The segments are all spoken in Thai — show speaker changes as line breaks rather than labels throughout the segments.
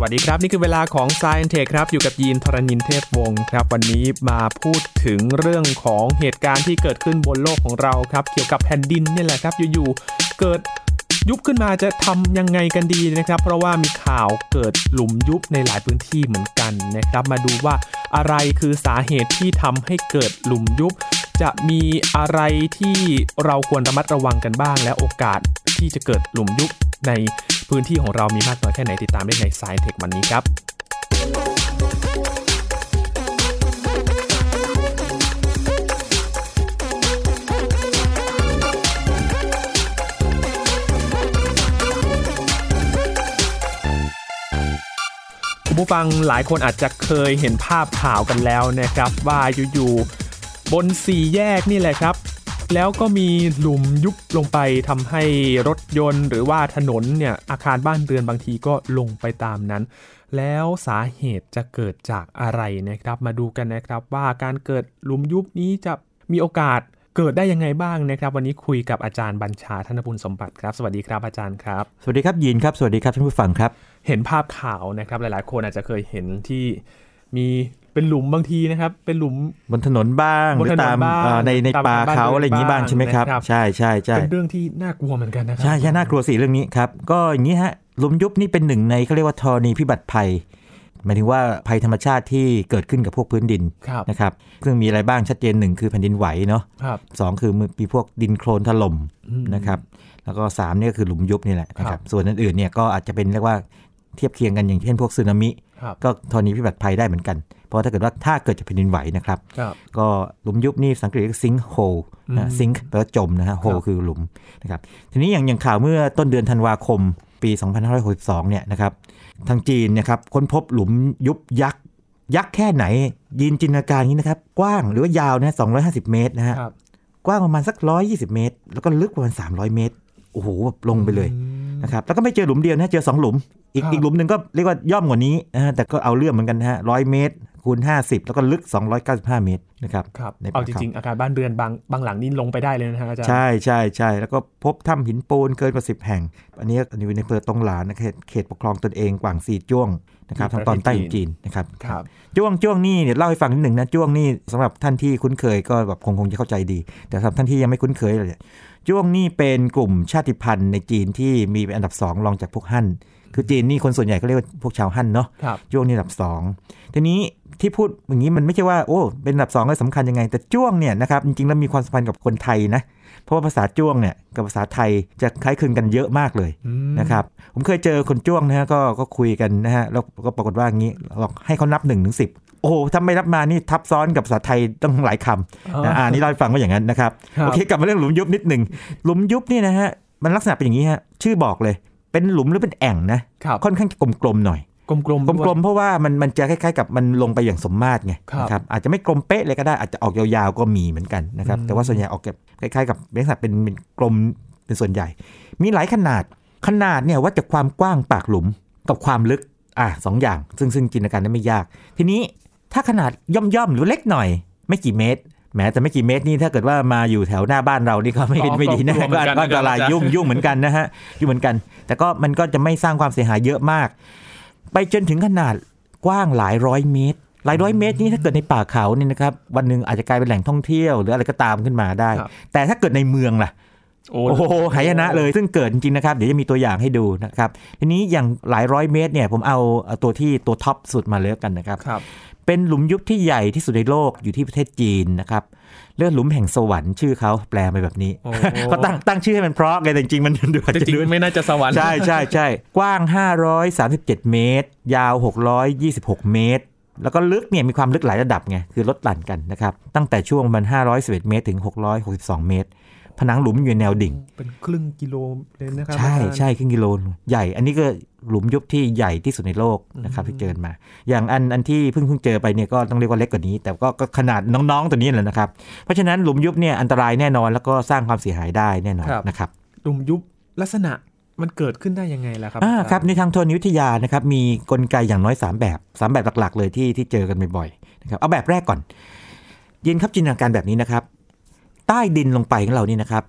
วัสดีครับ นี่คือเวลาของ s ซ i e n t e c h ครับ อยู่กับยีนทรณินเทพวงศ์ครับ วันนี้มาพูดถึงเรื่องของเหตุการณ์ที่เกิดขึ้นบนโลกของเราครับ เกี่ยวกับแผ่นดินเนี่ยแหละครับ อยู่ๆ เกิดยุบขึ้นมาจะทำยังไงกันดีนะครับ เพราะว่ามีข่าวเกิดหลุมยุบในหลายพื้นที่เหมือนกันนะครับ มาดูว่าอะไรคือสาเหตุที่ทำให้เกิดหลุมยุบ จะมีอะไรที่เราควรระมัดระวังกันบ้าง และโอกาสที่จะเกิดหลุมยุบในพื้นที่ของเรามีมากน้อยแค่ไหนติดตามได้ในสายเทควันนี้ครับ คุณผู้ฟังหลายคนอาจจะเคยเห็นภาพข่าวกันแล้วนะครับว่าอยู่ๆบนสี่แยกนี่แหละครับ แล้วก็มีหลุมยุบลงไปทำให้รถยนต์ หรือว่าถนนเนี่ยอาคารบ้านเรือนบางทีก็ลงไปตามนั้น แล้วสาเหตุจะเกิดจากอะไรนะครับ มาดูกันนะครับว่าการเกิดหลุมยุบนี้จะมีโอกาสเกิดได้ยังไงบ้างนะครับ วันนี้คุยกับอาจารย์บัญชาธนบุญสมบัติครับ สวัสดีครับอาจารย์ครับ
สวัสดีครับยีนครับ สวัสดีครับท่านผู้ฟังครับ
เห็นภาพข่าวนะครับหลายๆ คนอาจจะเคยเห็นที่มีเป็นหลุมบางทีนะครับ เป็นหลุม
บนถนนบ้างห
บน
รือ
ถนน
ตาม
บ้าง
เอ่อในใน
ตาม
ป่า
บ้าน
เขาอะไรอย่างนี้บ้าง
บ้าง
ใช่ไหมครับ
นะครับ
ใช่ใช่ใช่
เป็นเรื่องที่น่ากลัวเหมือนกันนะครั
ใช่ใช่น่ากลัวสิเรื่องนี้ครับ ก็อย่างนี้ฮะหลุมยุบนี่เป็นหนึ่งในเขาเรียกว่าธรณีพิบัติภัยหมายถึงว่าภัยธรรมชาติที่เกิดขึ้นกับพวกพื้นดิน
ครับ
นะครับซึ่งมีอะไรบ้างชัดเจนหนึ่งคือแผ่นดินไหวเนาะ
ครับ
สองคือมีพวกดินโคลนถล่ม
อืม
นะครับแล้วก็สามเนี่ยก็คือหลุมยุบนี่แหละนะค
ครั
รับบ ส่วนอื่นๆเนี่ยก็อาจจะเป็นเรียกว่าเทียบเคียงกันอย่างเช่นพวกสึนามิ
ครับ
ก็ธรณีพิบัติภัยได้เหมือนกัน เพราะถ้าเกิดว่าถ้าเกิดจากแผ่นดินไหวนะครับ
ครับ
ก็หลุมยุบนี่ภาษาอังกฤษเรียกซิงโฮ
อืม
นะซิงแปลว่าจมนะฮะโฮ
ครับ
คือหลุมนะครับทีนี้อย่างอย่างข่าวเมื่อต้นเดือนธันวาคมปี 2562เนี่ยนะครับทางจีนเนะครับค้นพบหลุมยุบยักษ์ ยักษ์แค่ไหนยินจินตนาการอย่างนี้นะครับ กว้างหรือว่ายาวนะ250 เมตรนะฮะ
ครับ
กว้างประมาณสัก 120 เมตร แล้วก็ลึกประมาณ 300 เมตร โอ้โหแบบลงไปเลย
อืม
นะครับแล้วก็ไม่เจอหลุมเดียวนะเจอ 2 หลุม อี
ค
ก
รับ
อีกหลุมหนึ่งก็เรียกว่าย่อมกว่านี้นะฮะแต่ก็เอาเรื่องเหมือนกันนะฮะร้อยเมตร คูณ 50 แล้วก็ลึก 295 เมตรนะครับ
ครับ
ใน
เอา
ป่า
จ
เขา
ริงๆ อาคารบ้านเรือนบางบางหลังนี่ลงไปได้เลยนะฮะอาจารย์
ใช่ใช่ใช่แล้วก็พบถ้ำหินปูนเกินกว่า 10 แห่ง อันนี้อยู่ในอำเภอตงหลานนะเขตเขตปกครองตนเองกว่างซีจ้วงนะครับทางตอนใต้ของจีนนะครับ
ครับ
จ้วงจ้วงนี่เนี่ยเล่าให้ฟังนิดหนึ่งนะจ้วงนี่สำหรับท่านที่คุ้นเคยก็แบบคงคงจะเข้าใจดี แต่สำหรับท่านที่ยังไม่คุ้นเคยเลยเนี่ยจ้วงนี่เป็นกลุ่มชาติพันธุ์ในจีนที่มีเป็นอันดับสองรองจากพวกฮั่นคือจีนนี่คนส่วนใหญ่ก็เรียกว่าพวกชาวฮั่นเนาะ
ครับ
จ้วงนี่อันดับสองทีนี้ที่พูดอย่างนี้มันไม่ใช่ว่าโอ้เป็นอันดับสองแล้วสำคัญยังไง แต่จ้วงเนี่ยนะครับจริงๆแล้วมีความสัมพันธ์กับคนไทยนะเพราะว่าภาษาจ้วงเนี่ยกับภาษาไทยจะคล้ายคลึงกันเยอะมากเลย
อืม
นะครับผมเคยเจอคนจ้วงนะฮะก็ก็คุยกันนะฮะแล้วก็ปรากฏว่าอย่างนี้ลองให้เขานับ1นงถึงสิโอ้โหถ้าไม่นับมานี่ทับซ้อนกับภาษาไทยต้องหลายคำนะ
อ่า
อ่านี่เล่าให้ฟังว่าอย่างนั้นนะครับ
ครับ
โอเคกลับมาเรื่องหลุมยุบนิดหนึ่งหลุมยุบนี่นะฮะมันลักษณะเป็นอย่างนี้ฮะชื่อบอกเลย เป็นหลุมหรือเป็นแอ่งนะครับค่อนข้างจะกลมๆหน่อย
กลมๆด้วย
กลมๆเพราะว่ามันมันจะคล้ายๆกับมันลงไปอย่างสมมาตรไง
ครับ
นะครับอาจจะไม่กลมเป๊ะเลยก็ได้อาจจะออกยาวๆก็มีเหมือนกันนะครับ
อืม
แต่ว่าส่วนใหญ่ออกแบบคล้ายๆกับลักษณะเป็นเป็นกลมเป็นส่วนใหญ่ มีหลายขนาด ขนาดเนี่ยวัดจากความกว้างปากหลุมกับความลึก อ่ะสองอย่าง ซึ่งซึ่งจินตนาการได้ไม่ยาก ทีนี้ถ้าขนาดย่อมย่อมๆหรือเล็กหน่อย ไม่กี่เมตรแหม้แต่ไม่กี่เมตรนี่ถ้าเกิดว่ามาอยู่แถวหน้าบ้านเรานี่ก็ไม่
อ๋อ
ไม่ดีนะ
ก็กลัวเหมื
ก็
อนกัน
ก็อันตราย
อาจารย์
ยุ่งยุ่งเหมือนกันนะฮะยุ่งเหมือนกัน แต่ก็มันก็จะไม่สร้างความเสียหายเยอะมาก ไปจนถึงขนาดกว้างหลายร้อยเมตร หลายร้อยเมตรนี่ถ้าเกิดในป่าเขาเนี่ยนะครับวันหนึ่งอาจจะกลายเป็นแหล่งท่องเที่ยวหรืออะไรก็ตามขึ้นมาได้
ครับ
แต่ถ้าเกิดในเมืองล่ะ
โอ้
โอ้โหหายนะเลยซึ่งเกิดจริงๆนะครับ เดี๋ยวจะมีตัวอย่างให้ดูนะครับ ทีนี้อย่างหลายร้อยเมตรเนี่ยผมเอาเอาตัวที่ตัวท็อปสุดมาเลยละกันนะครับ
ครับ
เป็นหลุมยุบที่ใหญ่ที่สุดในโลกอยู่ที่ประเทศจีนนะครับเลือดหลุมแห่งสวรรค์ชื่อเขาแปลไปแบบนี้
โอ้
เขาตั้งตั้งชื่อให้มันเพราะไงแต่จริงๆมันดูอาจ
จ
จะ
ริง
ดู
ๆไม่น่าจะสวรรค์
ใช่ใช่ใช่กว้าง 537 เมตร ยาว 626 เมตร แล้วก็ลึกเนี่ยมีความลึกหลายระดับไง คือลดหลั่นกันนะครับ ตั้งแต่ช่วงประมัน 511 เมตร ถึง 662 เมตร ผนังหลุมอยู่ในแนวดิ่ง
เป็นครึ่งกิโลเลยนะครั
ใช่
อาจารย์
ใช่ครึ่งกิโลใหญ่ อันนี้ก็หลุมยุบที่ใหญ่ที่สุดในโลกนะครับที่เจอมา อย่างอันอันที่เพิ่งเพิ่งเจอไปเนี่ยก็ต้องเรียกว่าเล็กกว่านี้ แต่ก็ก็ขนาดน้องๆตัวนี้แหละนะครับ เพราะฉะนั้นหลุมยุบเนี่ยอันตรายแน่นอนแล้วก็สร้างความเสียหายได้แน่นอน
ครับ
นะครับ
หลุมยุบลักษณะมันเกิดขึ้นได้ยังไงล่ะครับ
อ่า
อาจาย์
ครับในทางธรณีวิทยานะครับมีกลไกอย่างน้อย 3 แบบ 3 แบบหลัก ๆ เลยที่ที่เจอกันบ่อยๆนะครับเอาแบบแรกก่อนเย็นครับจินตนาการแบบนี้นะครับ ใต้ดินลงไปของเรานี่นะครับ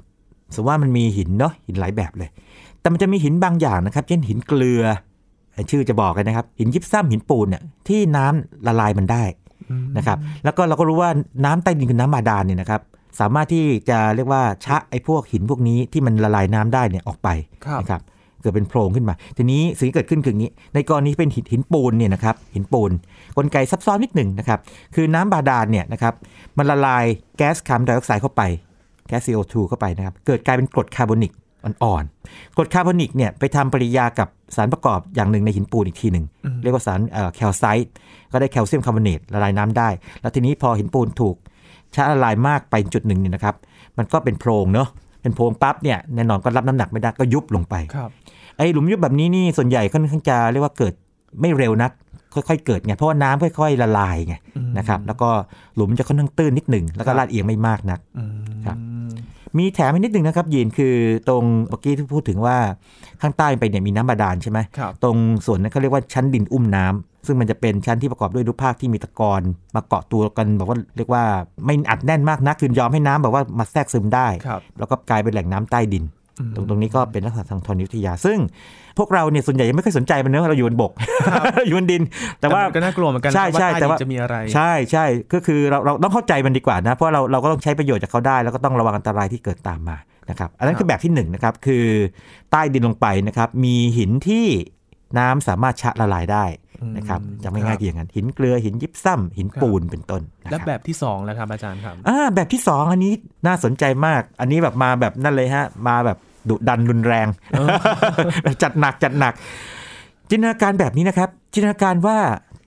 สมมติว่ามันมีหินเนาะหินหลายแบบเลย แต่มันจะมีหินบางอย่างนะครับ เช่นหินเกลือ ชื่อจะบอกกันนะครับ หินยิบซ้ำหินปูนเนี่ยที่น้ำละลายมันได้นะครับ แล้วก็เราก็รู้ว่าน้ำใต้ดินคือน้ำบาดาลเนี่ยนะครับ สามารถที่จะเรียกว่าชะไอ้พวกหินพวกนี้ที่มันละลายน้ำได้เนี่ยออกไป
ครับ
นะครับเกิดเป็นโพรงขึ้นมา ทีนี้สิ่งที่เกิดขึ้นคืออย่างนี้ ในกรณีที่เป็นหินหินปูนเนี่ยนะครับหินปูนกลไกซับซ้อนนิดหนึ่งนะครับ คือน้ำบาดาลเนี่ยนะครับมันละลายแก๊สคาร์บอนไดออกไซด์เข้าไป แก๊ส CO2 เข้าไปนะครับ เกิดกลายเป็นกรดคาร์บอนิกอ่อนๆกรดคาร์บอนิกเนี่ยไปทำปฏิกิริยากับสารประกอบอย่างหนึ่งในหินปูนอีกทีหนึ่ง เรียกว่าสารแคลไซต์ก็ได้แคลเซียมคาร์บอเนตละลายน้ำได้ แล้วทีนี้พอหินปูนถูก ชะละลายมากไปจุดหนึ่งเนี่ยนะครับ มันก็เป็นโพรงเนาะ เป็นโพรงปั๊บเนี่ยแน่นอนก็รับน้ำหนักไม่ได้ก็ยุบลงไป
ครับ
ไอ้หลุมยุบแบบนี้นี่ส่วนใหญ่ค่อนข้างจะเรียกว่าเกิดไม่เร็วนัก ค่อยๆเกิดไงเพราะว่าน้ำค่อยๆละลายไง
อืม
นะครับแล้วก็หลุมจะค่อนข้างตื้นนิดหนึ่งแล้วก็ลาดเอียงไม่มากนัก
อืม
ครับ มีแถมอีกนิดหนึ่งนะครับยีนคือตรงเมื่อกี้ที่พูดถึงว่าข้างใต้ไปเนี่ยมีน้ำบาดาลใช่ไหม
ครับ
ตรงส่วนนั้นเขาเรียกว่าชั้นดินอุ้มน้ำซึ่งมันจะเป็นชั้นที่ประกอบด้วยรูปภาคที่มีตะกอนมาเกาะตัวกันแบบว่าเรียกว่าไม่อัดแน่นมากนักคือยอมให้น้ำแบบว่ามาแทรกซึมได้
ครับ
แล้วก็กลายเป็นแหล่งน้ำใต้ดิน
อืม
ตรงตรงนี้ก็เป็นลักษณะทางธรณีวิทยา ซึ่งพวกเราเนี่ยส่วนใหญ่ยังไม่ค่อยสนใจมันเน อะเราอยู่บนบก อยู่บนดิน แต่ว่า
มันก็น่ากลัวเหมือนกัน
ใช่
เพราะว่าต้
ใช่แต่ว่า
ดินจะมีอะไร
ใช่ใช่ก็คือเราเราต้องเข้าใจมันดีกว่านะ เพราะเราเราก็ต้องใช้ประโยชน์จากเขาได้ แล้วก็ต้องระวังอันตรายที่เกิดตามมานะครับอันนั้
ค
น
รับ
คือแบบที่หนึ่งนะครับคือใต้ดินลงไปนะครับมีหินที่น้ำสามารถชะละลายได้นะครับ
อื
จะไม่ง่าย
ค
ๆ
รับ
อย่างนั้นหินเกลือหินยิบซ้ำหิน
ครับ
ปูนเป็นต้นนะค
และ
รับ
แบบที่สองแล้วครับอาจารย์ครับ
อ่าแบบที่สองอันนี้น่าสนใจมาก อันนี้แบบมาแบบนั่นเลยฮะมาแบบดุดันรุนแรง แบบจัดหนักจัดหนัก จินตนาการแบบนี้นะครับ จินตนาการว่า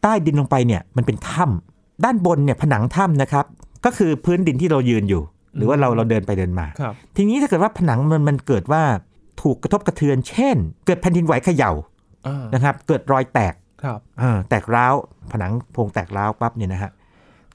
ใต้ดินลงไปเนี่ยมันเป็นถ้ำด้านบนเนี่ยผนังถ้ำนะครับ ก็คือพื้นดินที่เรายืนอยู่ หรือว่าเราเราเดินไปเดินมา
ครับ
ทีนี้ถ้าเกิดว่าผนังมันมันเกิดว่าถูกกระทบกระเทือน เช่น เกิดแผ่นดินไหวเขย่า
อ่า
นะครับ เกิดรอยแตก
ครับ
อ่าแตกร้าวผนังโพรงแตกร้าวปั๊บเนี่ยนะฮะ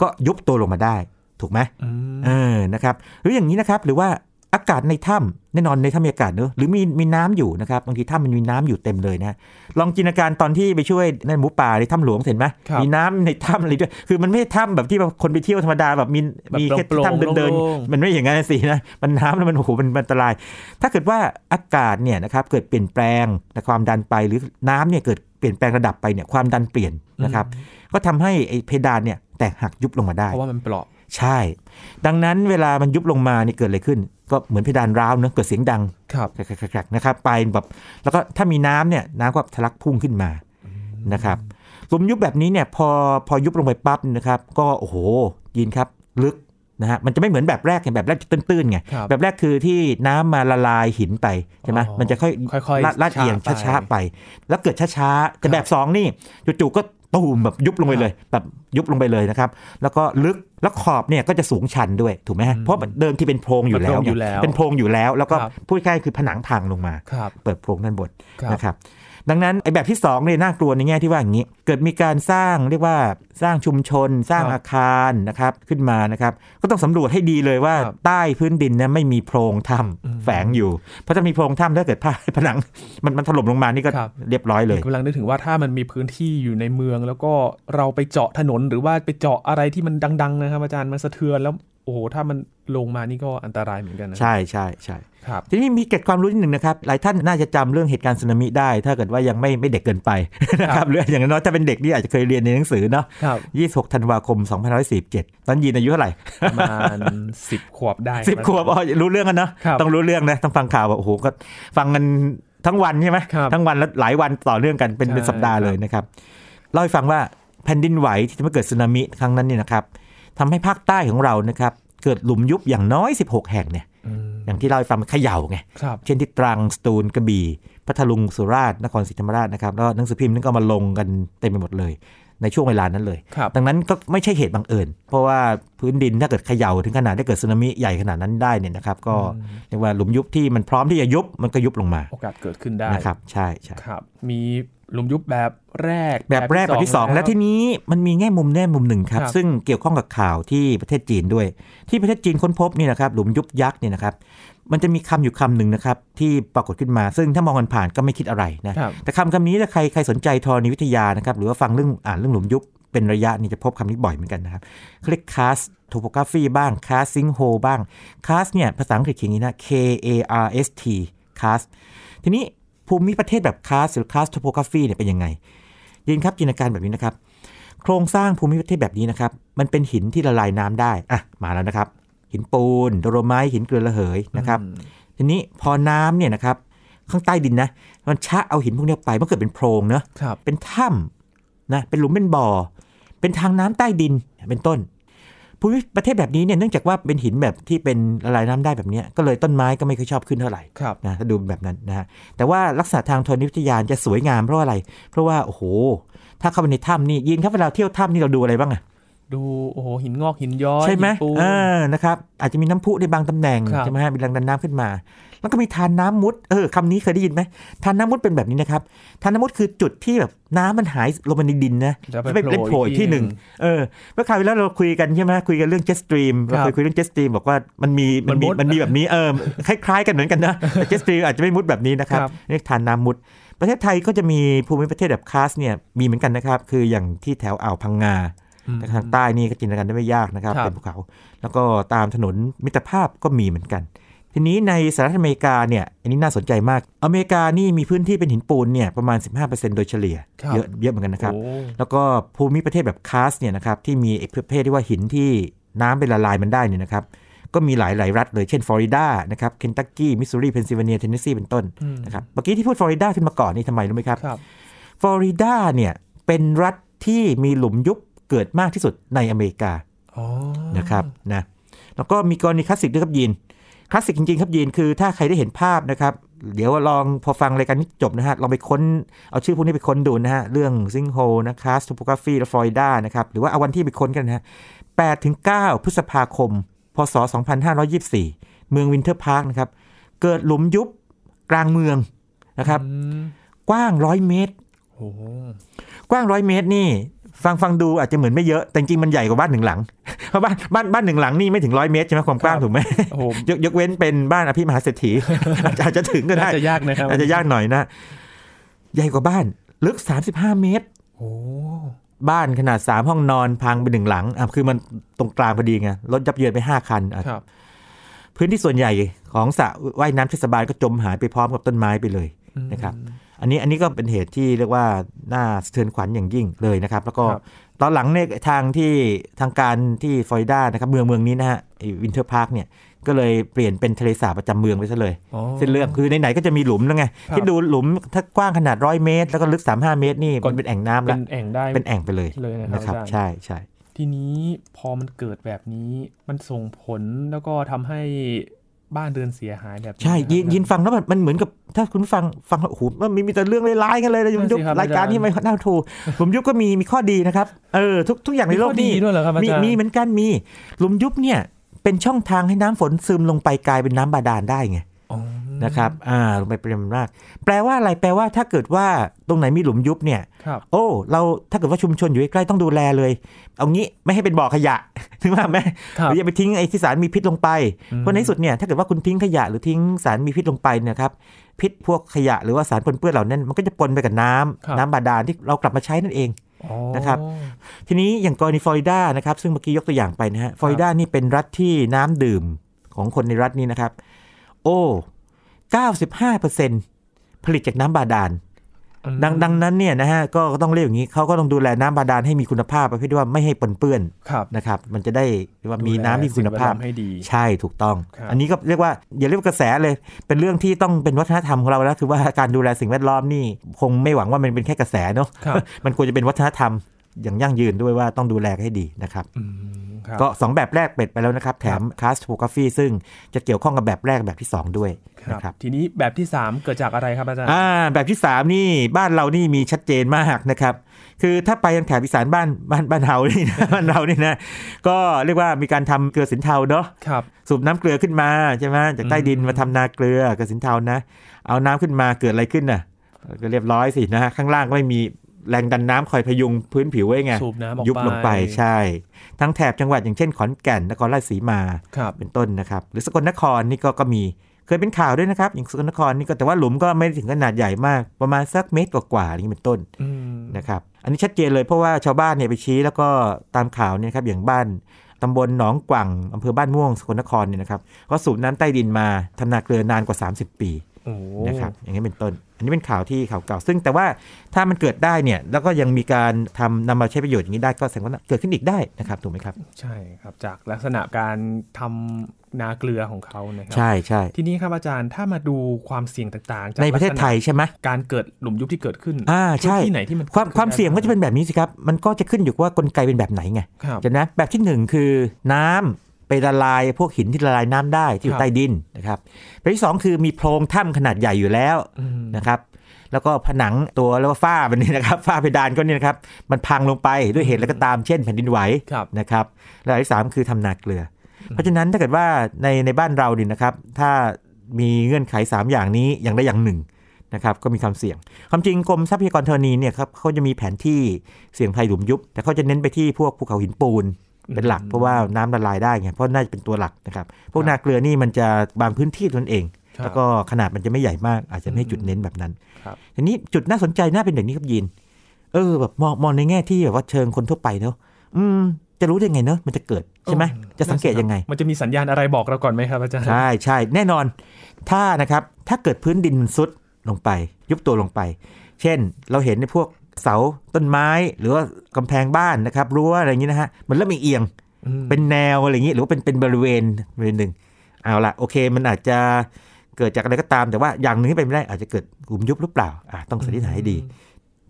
ก็ยุบตัวลงมาได้ถูกไหม
อืม
เออ นะครับ หรืออย่างนี้นะครับ หรือว่าอากาศในถ้ำแน่นอนในถ้ำมีอากาศเนอะหรือมีมีน้ำอยู่นะครับ บางทีถ้ำมันมีน้ำอยู่เต็มเลยนะ ลองจินตนาการตอนที่ไปช่วยนั่นหมูป่าในถ้ำหลวงเห็นไหม
ครับ
มีน้ำในถ้ำอะไรด้วย คือมันไม่ใช่ถ้ำแบบที่แบบคนไปเที่ยวธรรมดาแบบมี
แบบ
มีแค่
โปร่งๆ
ถ้ำเดิน
โล่ง
ๆมันไม่อย่างนั้นสินะ มันน้ำแล้วมันโอ้โหมันมันอันตราย ถ้าเกิดว่าอากาศเนี่ยนะครับเกิดเปลี่ยนแปลงนะความดันไปหรือน้ำเนี่ยเกิดเปลี่ยนแปลงระดับไปเนี่ยความดันเปลี่ยนนะครับ ก็ทำให้ไอ้เพดานเนี่ยแตกหักยุบลงมาได้
เพราะว่ามันเปราะ
ใช่ ดังนั้นเวลามันยุบลงมานี่เกิดอะไรขึ้น ก็เหมือนเพดานร้าวเนอะเกิดเสียงดัง
ครับ
แครกๆๆๆนะครับไปแบบแล้วก็ถ้ามีน้ำเนี่ยน้ำก็ทะลักพุ่งขึ้นมานะครับหลุมยุบแบบนี้เนี่ยพอพอยุบลงไปปั๊บนะครับ ก็โอ้โหยินครับลึกนะฮะมันจะไม่เหมือนแบบแรกไงแบบแรกจะตื้นๆไง
ครับ
แบบแรกคือที่น้ำมาละลายหินไปใช่ไหม
อ๋อ
มันจะค่อย
ค่อยๆ
ลาดลาดเอียง
ช้าไป
ช้าๆไป แล้วเกิดช้าๆ
ค
แต่
รับ
แบบสองนี่จู่ๆก็ตูมแบบยุบลงไปเลยแบบยุบลงไปเลยนะครับ แล้วก็ลึกแล้วขอบเนี่ยก็จะสูงชันด้วยถูกไหมฮะ
อืม
เพราะเดิมที่เป็นโพรงอยู่
เป็
แล้
นโพ
ว
รงอยู่
ไง
แล้ว
เป็นโพรงอยู่แล้ว แล้วก็
ครับ
พูดง่ายๆคือผนังพังลงมา
ครับ
เปิดโพรงด้านบน
ครับ
นะครับ ดังนั้นไอ้แบบที่2เนี่ยน่ากลัวในแง่ที่ว่าอย่างนี้ เกิดมีการสร้างเรียกว่าสร้างชุมชน สร้าง
ครับ
อาคารนะครับขึ้นมานะครับ ก็ต้องสำรวจให้ดีเลยว่า
ครับ
ใต้พื้นดินเนยไม่มีโพรงถ้
อืม
ำแฝงอยู่ เพราะถ้ามีโพรงถ้ำถ้าเกิดผ้าผนัง มันมันถล่มลงมานี่ก็
ครับ
เรียบร้อยเลย
กำลังนึกถึงว่าถ้ามันมีพื้นที่อยู่ในเมือง แล้วก็เราไปเจาะถนนหรือว่าไปเจาะอะไรที่มันดัง ๆ นะครับอาจารย์มันสะเทือนแล้วโอ้โหถ้ามันลงมานี่ก็อันตรายเหมือนกันนะ
ใช่ใช่ใช่
ครับ
ทีนี้มีเกร็ดความรู้นิดหนึ่งนะครับ หลายท่านน่าจะจำเรื่องเหตุการณ์สึนามิได้ ถ้าเกิดว่ายังไม่ไม่เด็กเกินไป นะครับหรืออย่างน้อยถ้าเป็นเด็กนี่อาจจะเคยเรียนในหนังสือเนาะ
ครับ
26 ธันวาคม 2547 ตอนยีนอายุเท่าไหร่
ประมาณสิบขวบได้
10 ขวบอ๋อรู้เรื่องกันเนาะ
ครับ
ต้องรู้เรื่องนะต้องฟังข่าวแบบโอ้โหก็ฟังกันทั้งวันใช่ไหม
ครับ
ทั้งวันแล้วหลายวันต่อเรื่องกันเป็น
ใช่
เป็นสัปดาห์
ครับ
เลยนะครับเล่าให้ฟังว่าแผ่นดินไหวที่จะมาเกิดสึนามิครั้งนั้นเนี่ยนะครับทำให้ภาคใต้ของเรานะครับเกิดหลุมยุบอย่างน้อย 16 แห่งเนี่ย
อืม
อย่างที่เล่าให้ฟังมันเขย่าไง
ครับ
เช่นที่ตรัง สตูล กระบี่ พัทลุง สุราษฎร์ นครศรีธรรมราชนะครับ แล้วหนังสือพิมพ์นั่นก็เอามาลงกันเต็มไปหมดเลย ในช่วงเวลานั้นเลย
ครับ
ดังนั้นก็ไม่ใช่เหตุบังเอิญ เพราะว่าพื้นดินถ้าเกิดเขย่าถึงขนาดได้เกิดสึนามิใหญ่ขนาดนั้นได้เนี่ยนะครับ ก็
อืม
เรียกว่าหลุมยุบที่มันพร้อมที่จะยุบมันก็ยุบลงมา
โอกาสเกิดขึ้นได้
นะครับ ใช่ใช่
ครับ มีหลุมยุบแบบแรก
แบบแรกแบบที่ 2 แล้ว
ที่
ที่นี้มันมีแง่มุมแง่มุมหนึ่งครับ
ครับ
ซึ่งเกี่ยวข้องกับข่าวที่ประเทศจีนด้วย ที่ประเทศจีนค้นพบเนี่ยนะครับหลุมยุบยักษ์เนี่ยนะครับ มันจะมีคำอยู่คำหนึ่งนะครับที่ปรากฏขึ้นมา ซึ่งถ้ามองผ่านๆก็ไม่คิดอะไรนะ
ครับ
แต่คำคำนี้ถ้าใครใครสนใจธรณีวิทยานะครับ หรือว่าฟังเรื่องอ่านเรื่องหลุมยุบเป็นระยะนี่จะพบคำนี้บ่อยเหมือนกันนะครับเขาเรียกคาสโทโปกราฟีบ้างคาสซิงโฮบ้างคาสเนี่ยภาษาอังกฤษเขียนอย่างนี้นะ K A R S T คาสทีนี้ ภูมิประเทศแบบคลาสหรือคลาสโทโพกราฟีเนี่ยเป็นยังไงยินครับจินตนาการแบบนี้นะครับ โครงสร้างภูมิประเทศแบบนี้นะครับ มันเป็นหินที่ละลายน้ำได้อ่ะมาแล้วนะครับ หินปูนโดโรไมต์หินเกลือระเหยนะครับ ทีนี้พอน้ำเนี่ยนะครับข้างใต้ดินนะ มันชะเอาหินพวกเนี้ยไปมันเกิดเป็นโพรงเนอะ
ครับ
เป็นถ้ำนะเป็นหลุมเป็นบ่อ เป็นทางน้ำใต้ดินเป็นต้นภูมิประเทศแบบนี้เนี่ยเนื่องจากว่าเป็นหินแบบที่เป็นละลายน้ำได้แบบเนี้ยก็เลยต้นไม้ก็ไม่ค่อยชอบขึ้นเท่าไหร่
ครับ
นะถ้าดูแบบนั้นนะฮะแต่ว่าลักษณะทางธรณีวิทยาจะสวยงามเพราะอะไร เพราะว่าโอ้โห ถ้าเข้าไปในถ้ำนี่ยินครับเวลาเที่ยวถ้ำนี่เราดูอะไรบ้างอะ
ดูโอ้โหหินงอกหินย้อย
ใช่ไหม
นปูน
เออนะครับ อาจจะมีน้ำพุในบางตำแหน่ง
ครับ
ใช่ไหมฮะ มีแรงดันน้ำขึ้นมา แล้วก็มีทานน้ำมุด เออคำนี้เคยได้ยินไหมทานน้ำมุดเป็นแบบนี้นะครับ ทานน้ำมุดคือจุดที่แบบน้ำมันหายลงมาในดินนะ
แล้ว
แล้วไปเล่นโผล่อีกที่หนึ่ง เออ เมื่อคราวที่แล้วเราคุยกันใช่ไหมคุยกันเรื่อง jet stream เราเค
ครั
ย
บ
คุยเรื่อง jet stream บอกว่ามันมีมันมี
มันมุด
มันมีแบบนี้ เออ คล้ายๆ กันเหมือน กันนะ แต่ jet stream อาจจะไม่มุดแบบนี้นะครับ
ครับ
เรียกทานน้ำมุด ประเทศไทยก็จะมีภูมิประเทศแบบคลาสเนี่ย มีเหมือนกันนะครับ คืออย่างที่แถวอ่าวพังงา
อืม
แต่ทางใต้นี่ก็จินตนาการได้ไม่ยากนะครับ
ครับ
เป็นภูเขา แล้วก็ตามถนนมิตรภาพก็มีเหมือนกัน ทีนี้ในสหรัฐอเมริกาเนี่ย อันนี้น่าสนใจมาก อเมริกานี่มีพื้นที่เป็นหินปูนเนี่ยประมาณ 15%โดยเฉลี่ย
ครับ
เยอะเยอะเหมือนกันนะครับ
โอ้
แล้วก็ภูมิประเทศแบบคาสเนี่ยนะครับที่มีไอ้ประเภทที่ว่าหินที่น้ำเป็นละลายมันได้เนี่ยนะครับ ก็มีหลายหลายรัฐเลยเช่นฟลอริดานะครับเคนตักกี้มิสซูรีเพนซิลเวเนียเทนเนสซีเป็นต้น
อืม
นะครับเมื่อกี้ที่พูดฟลอริดาขึ้นมาก่อนนี่ทำไมรู้ไหมครับ
ครับ
ฟลอริดาเนี่ยเป็นรัฐที่มีหลุมยุบเกิดมากที่สุดในอเมริกา
อ๋อ
นะครับนะแล้วก็มีกรณีคลาสสิกด้วยครับยีนคลาสสิกจริงๆ ครับยีนคือถ้าใครได้เห็นภาพนะครับ เดี๋ยวลองพอฟังรายการนี้จบนะฮะลองไปค้นเอาชื่อพวกนี้ไปค้นดูนะฮะ เรื่องซิงโฮนะคลาสทูปกราฟีและฟลอริดานะครับ หรือว่าเอาวันที่ไปค้นกันนะฮะ8ถึง9พฤษภาคม พศ 2524 เมืองวินเทอร์พาร์คนะครับ เกิดหลุมยุบกลางเมืองนะครับ
อืม
กว้าง 100 เมตร
โอ้โห
กว้างร้อยเมตรนี่ ฟังฟังดูอาจจะเหมือนไม่เยอะ แต่จริงๆมันใหญ่กว่าบ้านหนึ่งหลั ง เพราะบ้านบ้านบ้านหนึ่งหลังนี่ไม่ถึงร้อยเมตรใช่ไหมความกว้างถูกไหม
โอ้โห
ยกยกเว้นเป็นบ้านอภิมหาเศรษฐี อาจจะอาจจะถึงก็ได้
น่าจะยากนะครับ
อาจจะยากหน่อยนะ ใหญ่กว่าบ้าน ลึก 35 เมตร
โอ้
บ้านขนาด 3 ห้องนอนพังไปหนึ่งหลังอ่ะคือมันตรงกลางพอดีไงรถยับเยินไป 5 คันอ่ะ
ครับ
พื้นที่ส่วนใหญ่ของสระว่ายน้ำเทศบาลก็จมหายไปพร้อมกับต้นไม้ไปเลย
อืม
นะครับ อันนี้อันนี้ก็เป็นเหตุที่เรียกว่าน่าสะเทือนขวัญอย่างยิ่งเลยนะครับ แล้วก็
ครับ
ตอนหลังเนี่ยทางที่ทางการที่ฟลอริดานะครับเมืองเมืองนี้นะฮะวินเทอร์พาร์คเนี่ยก็เลยเปลี่ยนเป็นทะเลสาบประจำเมืองไปซะเลย
อ๋อ
เส้นเรื่องคือไหนๆก็จะมีหลุมแล้วไง
ครับ
ที่ดูหลุมถ้ากว้างขนาดร้อยเมตร แล้วก็ลึก 35 เมตรนี่
ก่อน
มันเป็นแอ่งน้ำ
เป็
ละ
นแอ่งได้
เป็นแอ่งไปเลย
เลยนะ
นะ
ค
ค
รั
รั
บบ อาจารย์
ใช่ใช่
ทีนี้พอมันเกิดแบบนี้มันส่งผลแล้วก็ทำให้บ้านเรือนเสียหายแบบ
ใช่
ะ
ยิ
ค
น
รับ
ยินฟังแล้วมันมันเหมือนกับถ้าคุณฟังฟังแล้วโอ้โหมันมีมีแต่เรื่องร้ายๆกันเลยนะยุบ
นั่นสิ
ยุบ
ครับ
รายการ
อาจารย์
ที่ไม่น่าทูผมยุบก็มีมีข้อดีนะครับเออทุกทุกอย่างใน
มี
โล
ข้อก ดี
นี้
ด้วยเหรอครับอา
มี
จารย์
มีเหมือนกันมีหลุมยุบเนี่ยเป็นช่องทางให้น้ำฝนซึมลงไปกลายเป็นน้ำบาดาลได้ไง
อ๋อ
นะครับอ่าลงไปเป็นจำนวนมาก แปลว่าอะไรแปลว่าถ้าเกิดว่าตรงไหนมีหลุมยุบเนี่ย
ครับ
โอ้ เราถ้าเกิดว่าชุมชนอยู่ใกล้ๆต้องดูแลเลย เอางี้ไม่ให้เป็นบ่อขยะ ถึงว่าไหม
ค
ห
รับ
รืออย่าไปทิ้งไอ้ที่สารมีพิษลงไป เพราะในที่สุดเนี่ยถ้าเกิดว่าคุณทิ้งขยะหรือทิ้งสารมีพิษลงไปเนี่ยครับพิษพวกขยะหรือว่าสารปนเปื้อนเหล่านั้นมันก็จะปนไปกับน้ำน้ำบาดาลที่เรากลับมาใช้นั่นเอง
อ๋อ
นะครับ ทีนี้อย่างกรณีฟลอริดานะครับซึ่งเมื่อกี้ยกตัวอย่างไปนะฮะฟลอริดานี่เป็นรัฐที่น้ำดื่มของคนในรัฐนี้นะครับ โอ้ 95%ผลิตจากน้ำบาดาล
อืม
ดังดังนั้นเนี่ยนะฮะก็ก็ต้องเรียกอย่างนี้เขาก็ต้องดูแลน้ำบาดาลให้มีคุณภาพประเภทที่ว่าไม่ให้ปนเปื้อน
ครับ
นะครับมันจะได้เรียกว่ามี
ดูแล
น้ำที่มีคุณภาพ
สิ่งแวดล้อมให้ดี
ใช่ถูกต้อง
ครับ
อันนี้ก็เรียกว่าอย่าเรียกว่ากระแสเลย เป็นเรื่องที่ต้องเป็นวัฒนธรรมของเราแล้วคือว่าการดูแลสิ่งแวดล้อมนี่ คงไม่หวังว่ามันเป็นแค่กระแสเนาะ
ครับ
มันควรจะเป็นวัฒนธรรมอย่างยั่งยืนด้วยว่าต้องดูแลให้ดีนะครับ
อืมครับ
ก็ 2 แบบแรกเป็ดไปแล้วนะครับ แถมคาสโทกราฟีซึ่งจะเกี่ยวข้องกับแบบแรกแบบที่ 2 ด้วยนะค
ครั
รั
บบ ทีนี้แบบที่สามเกิดจากอะไรครับอาจารย์
อ่าแบบที่ 3 นี่บ้านเรานี่มีชัดเจนมากนะครับ คือถ้าไปยังแถบอีสานบ้านบ้านบ้านเฮานี่นะ บ้านเรานี่นะก็เรียกว่ามีการทำเกลือสินเทาเนาะ
ครับ
สูบน้ำเกลือขึ้นมาใช่ไหมจากใต้ดิน
อืม
มาทำนาเกลือเกสินเทานะ เอาน้ำขึ้นมาเกิดอะไรขึ้นน่ะก็เรียบร้อยสินะฮะข้างล่างก็ไม่มีแรงดันน้ำคอยพยุงพื้นผิวไว้ไง
สูบน้ำออก
ยุบลงไปใช่ ทั้งแถบจังหวัดอย่างเช่นขอนแก่นนครราชสีมา
ครับ
เป็นต้นนะครับ หรือสกลนครนี่ก็ก็มีเคยเป็นข่าวด้วยนะครับ อย่างสกลนครนี่ก็แต่ว่าหลุมก็ไม่ได้ถึงขนาดใหญ่มากประมาณสักเมตรกว่าๆอย่างนี้เป็นต้น
อืม
นะครับอันนี้ชัดเจนเลยเพราะว่าชาวบ้านเนี่ยไปชี้แล้วก็ตามข่าวเนี่ยครับอย่างบ้านตำบลหนองกว่างอำเภอบ้านม่วงสกลนครเนี่ยนะครับก็สูบน้ำใต้ดินมาทำนาเกลือนานกว่า 30 ปี
โอ้
นะครับอย่างนี้เป็นต้น อันนี้เป็นข่าวที่ข่าวเก่า ซึ่งแต่ว่าถ้ามันเกิดได้เนี่ยแล้วก็ยังมีการทำนำมาใช้ประโยชน์อย่างนี้ได้ก็แสดงว่าเกิดขึ้นอีกได้นะครับถูกไหมครับ
ใช่ครับจากลักษณะการทำนาเกลือของเขานะครั
ใช่ใช่
ทีนี้ครับอาจารย์ถ้ามาดูความเสี่ยงต่างๆจาก
ในประเทศไทยใช่ไหม
ลักษณะการเกิดหลุมยุบที่เกิดขึ้น
อ่าใช่
พื้นที่ไหนที่มัน
ความความเสี่ยงก็จะเป็นแบบนี้สิครับ มันก็จะขึ้นอยู่ว่ากลไกเป็นแบบไหนไง
ครับ
จะนะแบบที่หนึ่งคือน้ำไปละลายพวกหินที่ละลายน้ำได้ที่
ค
อ
รั
ยู่
บ
ใต้ดินนะครับแบบที่สองคือมีโพรงถ้ำขนาดใหญ่อยู่แล้ว
อืม
นะครับแล้วก็ผนังตัวแล้วก็ฝ้ามันนี่นะครับ ฝ้าเพดานก็เนี่ยนะครับ มันพังลงไปด้วยเหตุแล้วก็ตามเช่นแผ่นดินไหว
ครับ
นะครับและอันที่สามคือทำนาเกลือ เพราะฉะนั้นถ้าเกิดว่าในในบ้านเราเนี่ยนะครับ ถ้ามีเงื่อนไข 3 อย่างนี้อย่างใดอย่างหนึ่งนะครับก็มีความเสี่ยง ความจริงกรมทรัพยากรธรณีเนี่ยครับเขาจะมีแผนที่เสี่ยงภัยหลุมยุบ แต่เขาจะเน้นไปที่พวกภูเขาหินปูนเป็นหลัก
อืม
เพราะว่าน้ำละลายได้ไงเพราะน่าจะเป็นตัวหลักนะครับพวกนาเกลือนี่มันจะบางพื้นที่ตนเอง
ครับ
แล้วก็ขนาดมันจะไม่ใหญ่มากอาจจะไม่ให้จุดเน้นแบบนั้น
ครับ
ทีนี้จุดน่าสนใจน่าเป็นอย่างนี้ครับยีน เออแบบมองมองในแง่ที่แบบว่าเชิงคนทั่วไปเนอะอืม จะรู้ได้ไงเนอะมันจะเกิดใช่ไหมจะสังเกตยังไง
มันจะมีสัญญาณอะไรบอกเราก่อนไหมครับอาจารย์
ใช่ใช่แน่นอน ถ้านะครับถ้าเกิดพื้นดินมันซุดลงไป ยุบตัวลงไป เช่น เราเห็นในพวกเสาต้นไม้ หรือว่ากำแพงบ้านนะครับรั้วอะไรอย่างนี้นะฮะมันเริ่มเอียง
อืม
เป็นแนวอะไรอย่างนี้หรือว่าเป็นเป็นบริเวณบริเวณหนึ่งเอาละโอเค มันอาจจะเกิดจากอะไรก็ตาม แต่ว่าอย่างหนึ่งที่เป็นไม่ได้อาจจะเกิดหลุมยุบหรือเปล่าอ่ะต้องสันนิษฐานให้ดี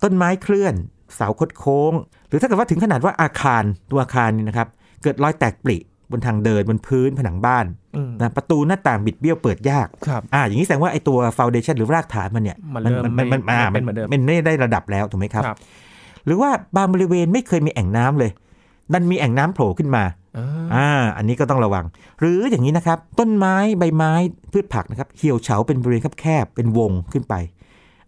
ต้นไม้เคลื่อน เสาคดโค้ง หรือถ้าเกิดว่าถึงขนาดว่าอาคารตัวอาคารนี่นะครับ เกิดรอยแตกปริบนทางเดินบนพื้นผนังบ้าน
อืม
นะประตูหน้าต่างบิดเบี้ยวเปิดยาก
ครับ
อ่าอย่างนี้แสดงว่าไอ้ตัวฟ u เดชันหรือรากฐานมันเนี่ย
มันเริ่ม
มันมัน
ไม่
อ่า
ไม่เป็นเหมือนเดิม
มันไม่ได้ระดับแล้วถูกไหมครับ
ครับ
หรือว่าบางบริเวณไม่เคยมีแอ่งน้ำเลยดันมีแอ่งน้ำโผล่ขึ้นมา
อ่า
อ่า อันนี้ก็ต้องระวัง หรืออย่างนี้นะครับ ต้นไม้ใบไม้พืชผักนะครับเหี่ยวเฉาเป็นบริเวณแคบๆเป็นวงขึ้นไป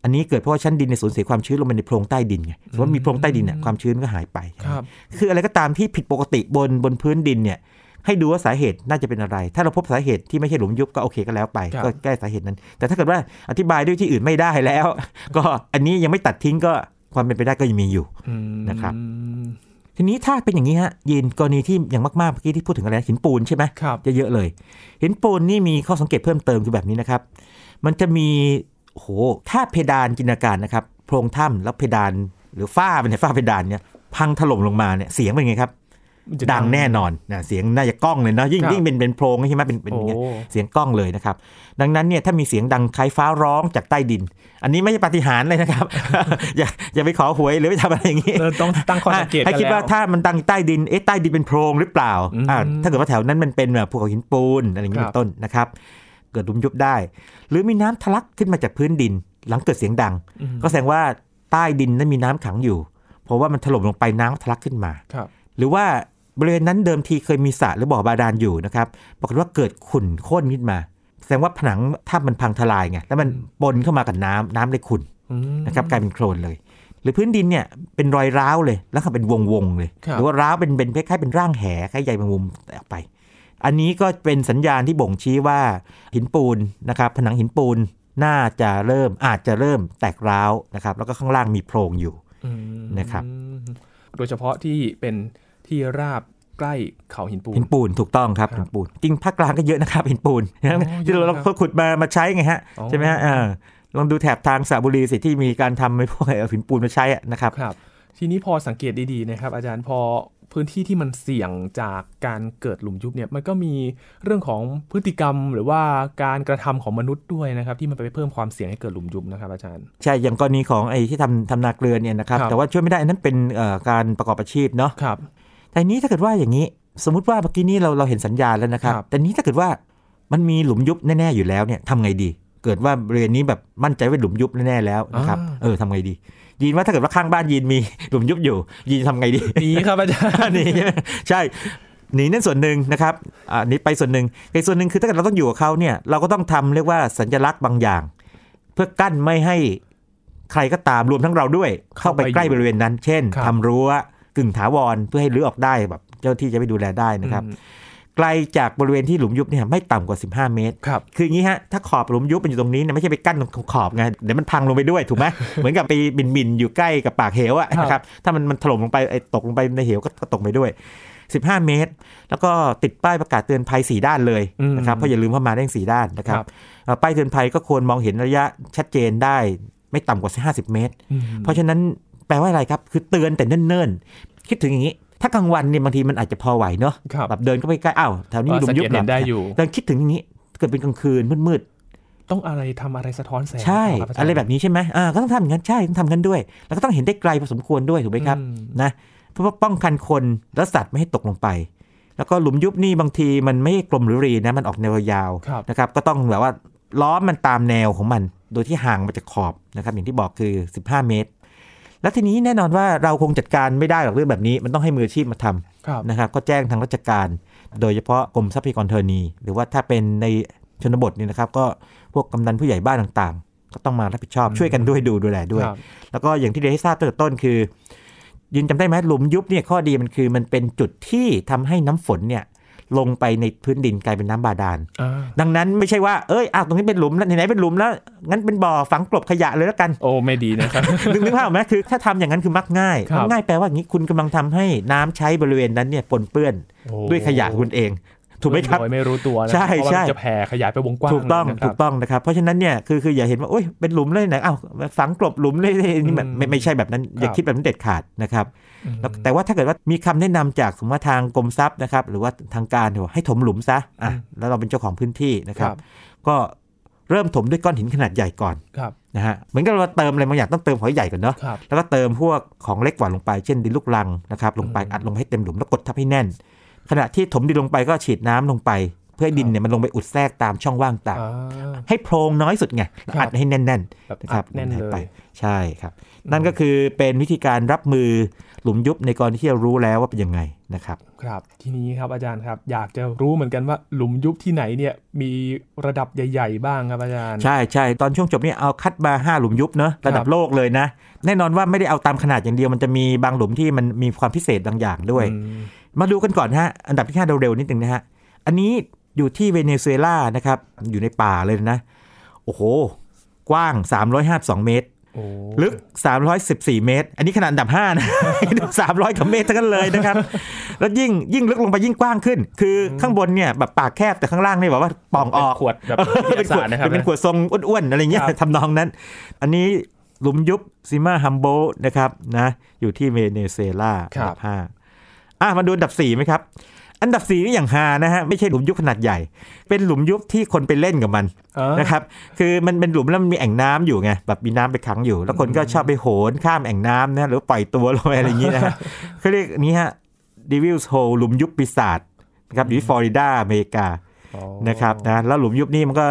อันนี้เกิดเพราะว่าชั้นดินในยสูญเสียความชื้นลงไปในโพรงใต้ดินไงสมมติว่ามีโพรงใต้ดินเนี่ยความชื้นก็หายไป
ครับ
คืออะไรก็ตามที่ผิดปกติบนบนพื้นดินเนี่ย ให้ดูว่าสาเหตุน่าจะเป็นอะไร ถ้าเราพบสาเหตุที่ไม่ใช่หลุมยุบก็โอเคก็แล้วไป ก็แก้สาเหตุนั้น แต่ถ้าเกิดว่าอธิบายด้วยที่อื่นไม่ได้แล้ว ก็อันนี้ยังไม่ตัดทิ้งก็ความเป็นไปได้ก็ยังมีอยู่
อืม
นะครับ ทีนี้ถ้าเป็นอย่างนี้ฮะยินกรณีที่อย่างมากๆเมื่อกี้ที่พูดถึงอะไรนะหินปูนใช่ไหม
ครับ
จะเยอะเลยหินปูนนี่มีข้อสังเกตเพิ่มเติมคือแบบนี้นะครับ มันจะมีโอ้โหถ้าเพดานจินตนาการนะครับ โพรงถ้ำแล้วเพดานหรือฝ้าเป็นยฝ้าเพดานเนี่ยพังถล่มลงมาเนี่ยเสียงเป็นไงครับ
มันจะ
ดังแน่นอนนะเสียงน่าจะก้องเลยเนอะยิ่ง
ครับ
ยิ่งเป็นเป็นโพรงใช่ไหมเป็นเป็นอย่างเงี้ย
โอ้
เสียงก้องเลยนะครับ ดังนั้นเนี่ยถ้ามีเสียงดังคล้ายฟ้าร้องจากใต้ดิน อันนี้ไม่ใช่ปาฏิหาริย์เลยนะครับ อย่าอย่าไปขอหวยหรือไปทำอะไรอย่างงี้
เออต้องตั้งข้อสังเกต
ให้
กัน
คิดว่า
แล้
ถ้ามันดังใต้ดิน เอ๊ะใต้ดินเป็นโพรงหรือเปล่า
อืม
อ่าถ้าเกิดว่าแถวนั้นมันเป็นแบบภูเขาหินปูนอะไรอย่างนี้
ครั
เป็
บ
นต้นนะครับ เกิดหลุมยุบได้ หรือมีน้ำทะลักขึ้นมาจากพื้นดิน หลังเกิดเสียงดัง
อืม
ก็แสดงว่าใต้ดินนั้นมีน้ำขังอยู่ เพราะว่ามันถล่มลงไปน้ำทะลักขึ้นมา
ครับ
หรือว่าบริเวณนั้นเดิมทีเคยมีสระหรือบ่อบาดาลอยู่นะครับ ปรากฏว่าเกิดขุ่นข้นขึ้นมา แสดงว่าผนังถ้ามันพังทลายไง แล้วมันปนเข้ามากับน้ำน้ำเลยขุ่น
อืม
นะครับกลายเป็นโคลนเลย หรือพื้นดินเนี่ยเป็นรอยร้าวเลยแล้วก็เป็นวงวงๆเลย
ครับ
หรือว่าร้าวเป็นเป็นคล้ายๆเป็นร่างแหคล้ายใยแมงมุมออกไป อันนี้ก็เป็นสัญญาณที่บ่งชี้ว่าหินปูนนะครับผนังหินปูนน่าจะเริ่มอาจจะเริ่มแตกร้าวนะครับแล้วก็ข้างล่างมีโพรงอยู่
อืม
นะครับ
โดยเฉพาะที่เป็นที่ราบใกล้เขาหินปูน
หินปูนถูกต้องครับ
ครับ
หินปูนจริงภาคกลางก็เยอะนะครับหินปูน นะครับ
เยอะ
ที่เรา
ครับ
เราขุดมามาใช้ไงฮะ
อ๋อ
ใช่ไหมฮะเออลองดูแถบทางสระบุรีสิที่มีการทำไอ้พวกไอ้เอาหินปูนมาใช้อะนะครับ
ครับ ทีนี้พอสังเกตดีๆนะครับ อาจารย์พอพื้นที่ที่มันเสี่ยงจากการเกิดหลุมยุบเนี่ยมันก็มีเรื่องของพฤติกรรมหรือว่าการกระทำของมนุษย์ด้วยนะครับ ที่มันไปเพิ่มความเสี่ยงให้เกิดหลุมยุบนะครับ อาจารย์
ใช่ อย่างกรณีของไอ้ที่ทำทำนาเกลือเนี่ยนะครับ
ครับ
แต่ว่าช่วยไม่ได้อันนั้นเป็นเอ่อการประกอบอาชีพเนาะ
ครับ
แต่นี้ถ้าเกิดว่าอย่างนี้ สมมติว่าเมื่อกี้นี้เราเราเห็นสัญญาณแล้วนะครับ
ครับ
แต่นี้ถ้าเกิดว่ามันมีหลุมยุบแน่ๆอยู่แล้วเนี่ยทำไงดี เกิดว่าบริเวณนี้แบบมั่นใจว่าหลุมยุบแน่ๆแล้วนะครับ เออทำไงดี ยินว่าถ้าเกิดว่าข้างบ้านยินมี หลุมยุบอยู่ ยินทำไงดี
นี้ครับอาจารย์
หนีใช่ไหมใช่หนีนั่นส่วนหนึ่งนะครับอ่าหนีไปส่วนหนึ่งแต่อีกส่วนหนึ่งคือถ้าเกิดเราต้องอยู่กับเขาเนี่ยเราก็ต้องทำเรียกว่าสัญลักษณ์บางอย่าง เพื่อกั้นไม่ให้ใครก็ตามรวมทั้งเราด้วย เข้าไปใกล้บริเวณนั้น เช่น
ครับ
ทำรั้วกึ่งถาวรเพื่อให้รื้อออกได้แบบเจ้าที่จะไปดูแลได้นะครับ
อืม
ไกลจากบริเวณที่หลุมยุบเนี่ยไม่ต่ำกว่า 15 เมตร
ครับ
คืออย่างนี้ฮะ ถ้าขอบหลุมยุบมันอยู่ตรงนี้เนี่ยไม่ใช่ไปกั้นตรงขอบไง เดี๋ยวมันพังลงไปด้วยถู กไหม เหมือนกับไปบินบินๆอยู่ใกล้กับปากเหวอะ
ครับ
นะครับ ถ้ามันมันถล่มลงไปไอ้ตกลงไปในเหวก็ก็ตกไปด้วย 15 เมตร แล้วก็ติดป้ายประกาศเตือนภัย 4 ด้านเลย
อืม
นะครับเพราะอย่าลืมว่ามาได้สีด้านนะครับ
ครับ
เอ่อป้ายเตือนภัยก็ควรมองเห็นระยะชัดเจนได้ไม่ต่ำกว่า 50 เมตร เพราะฉะนั้นแปลว่าอะไรครับคือเตือนแต่เนิ่นๆ คิดถึงอย่างนี้ ถ้ากลางวันเนี่ยบางทีมันอาจจะพอไหวเนาะ
ครับ
แบบเดินเข้าไปใกล้อ้าวแถวนี้มีหลุมยุบ
สังเกตเห็นได้อยู่
แต่คิดถึงอย่างนี้เกิดเป็นกลางคืนมืดๆ
ต้องอะไรทำอะไรสะท้อนแสง
ใช่
คบาจาย์
อะไรแบบนี้ใช่ไหมอ่าก็ต้องทำอย่างนั้นใช่ต้องทำกันด้วย แล้วก็ต้องเห็นได้ไกลพอสมควรด้วยถูกไหมครับ
อืม
นะเพื่อป้องกันคนและสัตว์ไม่ให้ตกลงไป แล้วก็หลุมยุบนี่บางทีมันไม่กลมหรือรีนะมันออกแนวยาว
ครับ
นะครับ ก็ต้องแบบว่าล้อมมันตามแนวของมัน โดยที่ห่างมาจากขอบนะครับอย่างที่บอกคือ 15 เมตร แล้วทีนี้แน่นอนว่าเราคงจัดการไม่ได้หรอกเรื่องแบบนี้ มันต้องให้มืออาชีพมาทำ
ครับ
นะครับก็แจ้งทางราชการ โดยเฉพาะกรมทรัพยากรธรณี หรือว่าถ้าเป็นในชนบทเนี่ยนะครับ ก็พวกกำนันผู้ใหญ่บ้านต่างๆ ก็ต้องมารับผิดชอบช่วยกันด้วยดูดูแลด้วย
ครับ
แล้วก็อย่างที่เรียนให้ทราบตั้งแต่ต้นคือ ยืนจำได้ไหมหลุมยุบเนี่ยข้อดีมันคือมันเป็นจุดที่ทำให้น้ำฝนเนี่ยลงไปในพื้นดินกลายเป็นน้ำบาดาล
อ่า
ดังนั้นไม่ใช่ว่าเอ้ยอ้าวตรงนี้เป็นหลุมแล้วไหนๆเป็นหลุมแล้วงั้นเป็นบ่อฝังกลบขยะเลยแล้วกัน
โอ้ไม่ดีนะครับ
นึกนึกภาพออกไหมคือถ้าทำอย่างนั้นคือมักง่าย
ครับ
มักง่ายแปลว่าอย่างนี้คุณกำลังทำให้น้ำใช้บริเวณนั้นเนี่ยปนเปื้อน
โอ้
ด้วยขยะคุณเอง ถูกไหมครับ
โดยไม่รู้ตัวนะ
ใช่
เพราะว่า
ใช่
มันจะแผ่ขยายไปวงกว้าง
ถูกต้อง
เลยนะค
ถู
รับ
กต้องนะครับ เพราะฉะนั้นเนี่ยคือคืออย่าเห็นว่าโอ้ยเป็นหลุมเลยไหนอ้าวฝังกลบหลุมเลยนี่มัน
อืม
ไม่ไม่ใช่แบบนั้น อย่า
ครับ
คิดแบบนั้นเด็ดขาดนะครับ
อืม
แล้วแต่ว่าถ้าเกิดว่ามีคำแนะนำจากสมมติว่าทางกรมทรัพย์นะครับ หรือว่าทางการเนี่ยบอกให้ถมหลุมซะอ่ะแล้วเราเป็นเจ้าของพื้นที่นะค
ค
รั
รับ บ
ก็เริ่มถมด้วยก้อนหินขนาดใหญ่ก่อน
ครับ
นะฮะเหมือนกับเราเติมอะไรบางอย่างต้องเติมหอยใหญ่ก่อนเนาะ
ครับ
แล้วก็เติมพวกของเล็กกว่าลงไป เช่นดินลูกรังนะครับลงไป
อืม
อัดลงให้เต็มหลุมแล้วกดทับให้แน่น ขณะที่ถมดินลงไปก็ฉีดน้ำลงไป เพื่อให้ดิ
ค
น
รับ
เนี่ยมันลงไปอุดแทรกตามช่องว่างต่าง
อ่า
ให้โพรงน้อยสุดไงแล้ว
ครับ
อัดให้แน่น
แบบ
ๆนะค
อั
รับ
ดแน่นเลย
ไปใช่ครับ นั่นก็คือเป็นวิธีการรับมือหลุมยุบในกรณีที่เรารู้แล้วว่าเป็นยังไงนะครับ
ครับทีนี้ครับอาจารย์ครับ อยากจะรู้เหมือนกันว่าหลุมยุบที่ไหนเนี่ยมีระดับใหญ่ ๆ บ้างครับอาจารย์
ใช่ใช่ตอนช่วงจบเนี่ยเอาคัดมาห้าหลุมยุบเนอะระดับ
ครับ
โลกเลยนะ แน่นอนว่าไม่ได้เอาตามขนาดอย่างเดียวมันจะมีบางหลุมที่มันมีความพิเศษบางอย่างด้วย
อืม
มาดูกันก่อนฮะ อันดับที่ห้าเร็วๆนิดหนึ่งนะฮะ อันนี้อยู่ที่เวเนซุเอลานะครับ อยู่ในป่าเลยนะ โอ้โห กว้าง 352 เมตร
โอ้
ลึก 314 เมตร อันนี้ขนาดอันดับ 5 นะ 300กว่าเมตรทั้งนั้นเลยนะครับ แล้วยิ่งยิ่งลึกลงไปยิ่งกว้างขึ้น คือข้างบนเนี่ยแบบปากแคบแต่ข้างล่างเนี่ยแบบว่าป่องออก
เป็นขวดแบบวิท
เป็น
ยา
ข
ศาว ส
ด
ตร์นะครับ
เป็นขวดทรงอ้วนๆอะไรเงี้ย
ครับ
ทำนองนั้น อันนี้หลุมยุบซิมาฮัมโบนะครับนะอยู่ที่เวเนซุเอลาอันดับห้าอ่ะมาดูอันดับสี่ไหมครับ อันดับสี่นี่อย่างฮานะฮะไม่ใช่หลุมยุบขนาดใหญ่ เป็นหลุมยุบที่คนไปเล่นกับมัน
อ่า
นะครับคือมันเป็นหลุมแล้วมันมีแอ่งน้ำอยู่ไงแบบมีน้ำไปขังอยู่ แล้วคนก็ชอบไปโหนข้ามแอ่งน้ำนะหรือปล่อยตัวลงไปอะไรอย่างงี้ นะฮะเขาเรียกอันนี้ฮะดิวิลส์โฮหลุมยุบปีศาจนะครับอยู่ที่ฟลอริดาอเมริกา
อ๋อ
นะครับนะแล้วหลุมยุบนี่มันก็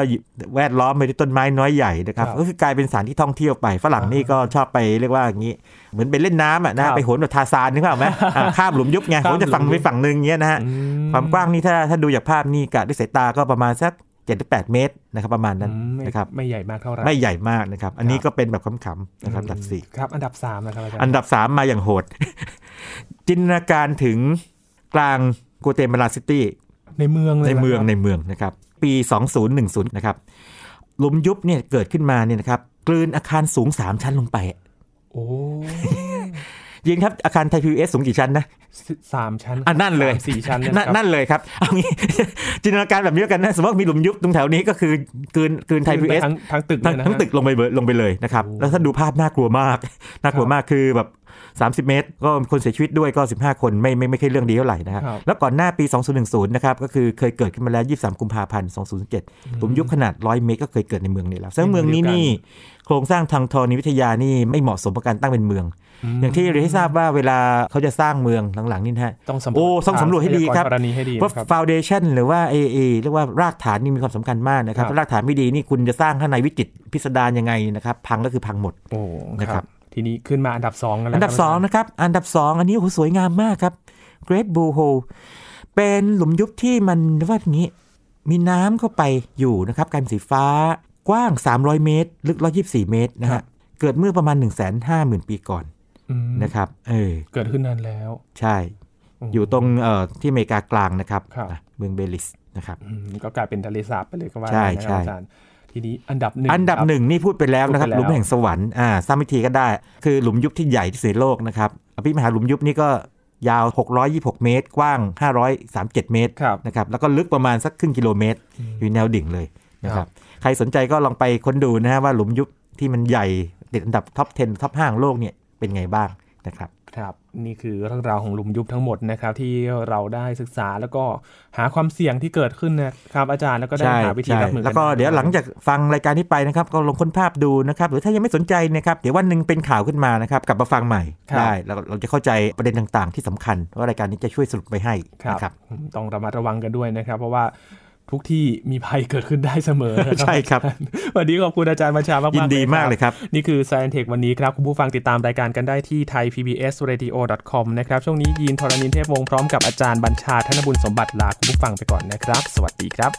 แวดล้อมไปด้วยต้นไม้น้อยใหญ่นะครับ
ครับ
ก็คือกลายเป็นสถานที่ท่องเที่ยวไปฝรั่งนี่ก็ชอบไปเรียกว่าอย่างนี้ เหมือนไปเล่นน้ำอ่ะ
ค
นะ
รับ
ไปโหนแบบทาซานนึกภาพออกไหมอ่า ข้ามหลุมยุบไง
ข้าม
โหนจากฝั่ง
หลุมยุ
ไป
บ
ฝั่งหนึ่งเงี้ยนะฮะ
อื
ความกว้างนี่ถ้าถ้าดูจากภาพนี่กะด้วยสายตาก็ประมาณสัก7-8 เมตรนะครับประมาณนั้น
อืมไม่
นะครับ
ไม่ใหญ่มากเท่าไหร่
ไม่ใหญ่มากนะครับ อันนี้ก็เป็นแบบขำๆนะครับอันดับสี่
ครับ อันดับสามนะครับอาจารย์
อันดับ 3 มาอย่างโหด จินตนาการถึงกลางโกเตมาลาซิตี้
ในเมืองเลย
ในเมือง
หร
ในเมืองนะครับ ปี 2010 นะครับหลุมยุบเนี่ยเกิดขึ้นมาเนี่ยนะครับกลืนอาคารสูง 3 ชั้นลงไป
โอ้
ยิงครับอาคารไทยพีเอสสูงกี่ชั้นนะ
สิสามชั้น
อ่ะนั่นเลย
สามสี่ชั้น
น
นะครับ
นั่นเลยครับเอางี้ จินตนาการแบบนี้แล้วกันนะสมมติว่ามีหลุมยุบตรงแถวนี้ก็คือกลืนกลืนไทยพี
ขึ้นป
เอส
ทั้งทั้งตึก
ทั้ง
เลยนะ
ทั้ง
ฮะ
ตึกลงไปเลยลงไปเลยนะครับ
โอ้
แล้วถ้าดูภาพน่ากลัวมาก น่ากลัวมากคือแบบ 30 เมตร ก็มีคนเสียชีวิตด้วยก็ 15 คนไม่ไม่ไม่ใช่เรื่องดีเท่าไหร่นะครับ
ครับ
แล้วก่อนหน้าปี 2010 นะครับก็คือเคยเกิดขึ้นมาแล้ว 23 กุมภาพันธ์2017 หลุมยุบขนาด 100 เมตรก็เคยเกิดในเมืองนี้แล้วซึ่งเมืองนี้นี่โครงสร้างทางธรณีวิทยานี่ไม่เหมาะสมกับการตั้งเป็นเมือง
ม
อย่างที่เรียนให้ทราบว่าเวลาเขาจะสร้างเมืองหลังๆนี่นะฮะ
ต้องสำรวจ
โอ้ต้องสำรวจให้ดีครับ
ทางพยากรณีให้ดี
ว่า
นะครับ
ฟาวเดชันหรือว่าเอเอเรียกว่ารากฐานนี่มีความสำคัญมากนะค
ค
รับ
รับ
ถ้ารากฐานไม่ดีนี่คุณจะสร้างข้างในวิจิตรพิสดารยังไงนะครับพังก็คือพังหมด
โอ้
นะ
ค
ครั
รับ บ ทีนี้ขึ้นมาอันดับสองกันแล้ว
อันดับ
ครัาจารย์
2 นะครับ อันดับ 2 อันนี้โอ้โหสวยงามมากครับ Great Blue Hole เป็นหลุมยุบที่มันว่าอย่างนี้ มีน้ำเข้าไปอยู่นะครับกลายเป็นสีฟ้ากว้าง 300 เมตร ลึก 124 เมตรนะฮะเกิดเมื่อประมาณ 1 5 0 0 0 0 ปีก่อน
อืม
นะครับเออ
เกิดขึ้นนานแล้ว
ใช่
ม
อยู่ตรงเอ่อที่อเมริกากลางนะครับ
ครับ
อ่ะเมืองเบลิสนะครับ
อืมก็กลายเป็นทะเลสาบไปเลยก็ว่า
ใช่
ได้นะครั
ใช่
บอาจารย์ ทีนี้อันดับหนึ่ง
อันดับ
ครับ
หนึ่งนี่พูดไปแล้วนะครับ
พูดไปแล้ว
หลุมแห่งสวรรค์อ่าซ้ำอีกทีก็ได้ คือหลุมยุบที่ใหญ่ที่สุดในโลกนะครับอภิมหาหลุมยุบนี่ก็ ยาว 626 เมตร กว้าง 537 เมตร
ครับ
นะครับแล้วก็ลึกประมาณสักครึ่งกิโลเมตร อยู่แนวดิ่งเลยนะค
ครั
รับบ ใครสนใจก็ลองไปค้นดูนะฮะว่าหลุมยุบที่มันใหญ่ติดอันดับท็อป 10ท็อป5ของโลกเนี่ยเป็นไงบ้างนะครับ
ครับนี่คือเรื่องราวของหลุมยุบทั้งหมดนะครับที่เราได้ศึกษาแล้วก็หาความเสี่ยงที่เกิดขึ้นนะครับอาจารย์แล้วก็ได้หาวิธีรับมือ
ใช่แล้วก็เดี๋ยวหลังจากฟังรายการนี้ไปนะครับ ก็ลองค้นภาพดูนะครับ หรือถ้ายังไม่สนใจนะครับ เดี๋ยววันหนึ่งเป็นข่าวขึ้นมานะครับ กลับมาฟังใหม่ได้แล้วเราจะเข้าใจประเด็นต่างๆ ที่สำคัญว่ารายการนี้จะช่วยสรุปไปให้
ครับ
นะครับ
ต้องระมัดระวังกันด้วยนะครับ เพราะว่าทุกที่มีภัยเกิดขึ้นได้เสมอนะ
ใช่ครับ
วันนี้ขอบคุณอาจารย์บัญชามากๆ
ยินดี
ครับ
มากเลยครับ
นี่คือ Science Tech วันนี้ครับ คุณผู้ฟังติดตามรายการกันได้ที่ thaipbsradio.com นะครับ ช่วงนี้ยีนทรณินเทพวงศ์พร้อมกับอาจารย์บัญชาธนบุญสมบัติลาคุณผู้ฟังไปก่อนนะครับ สวัสดีครับ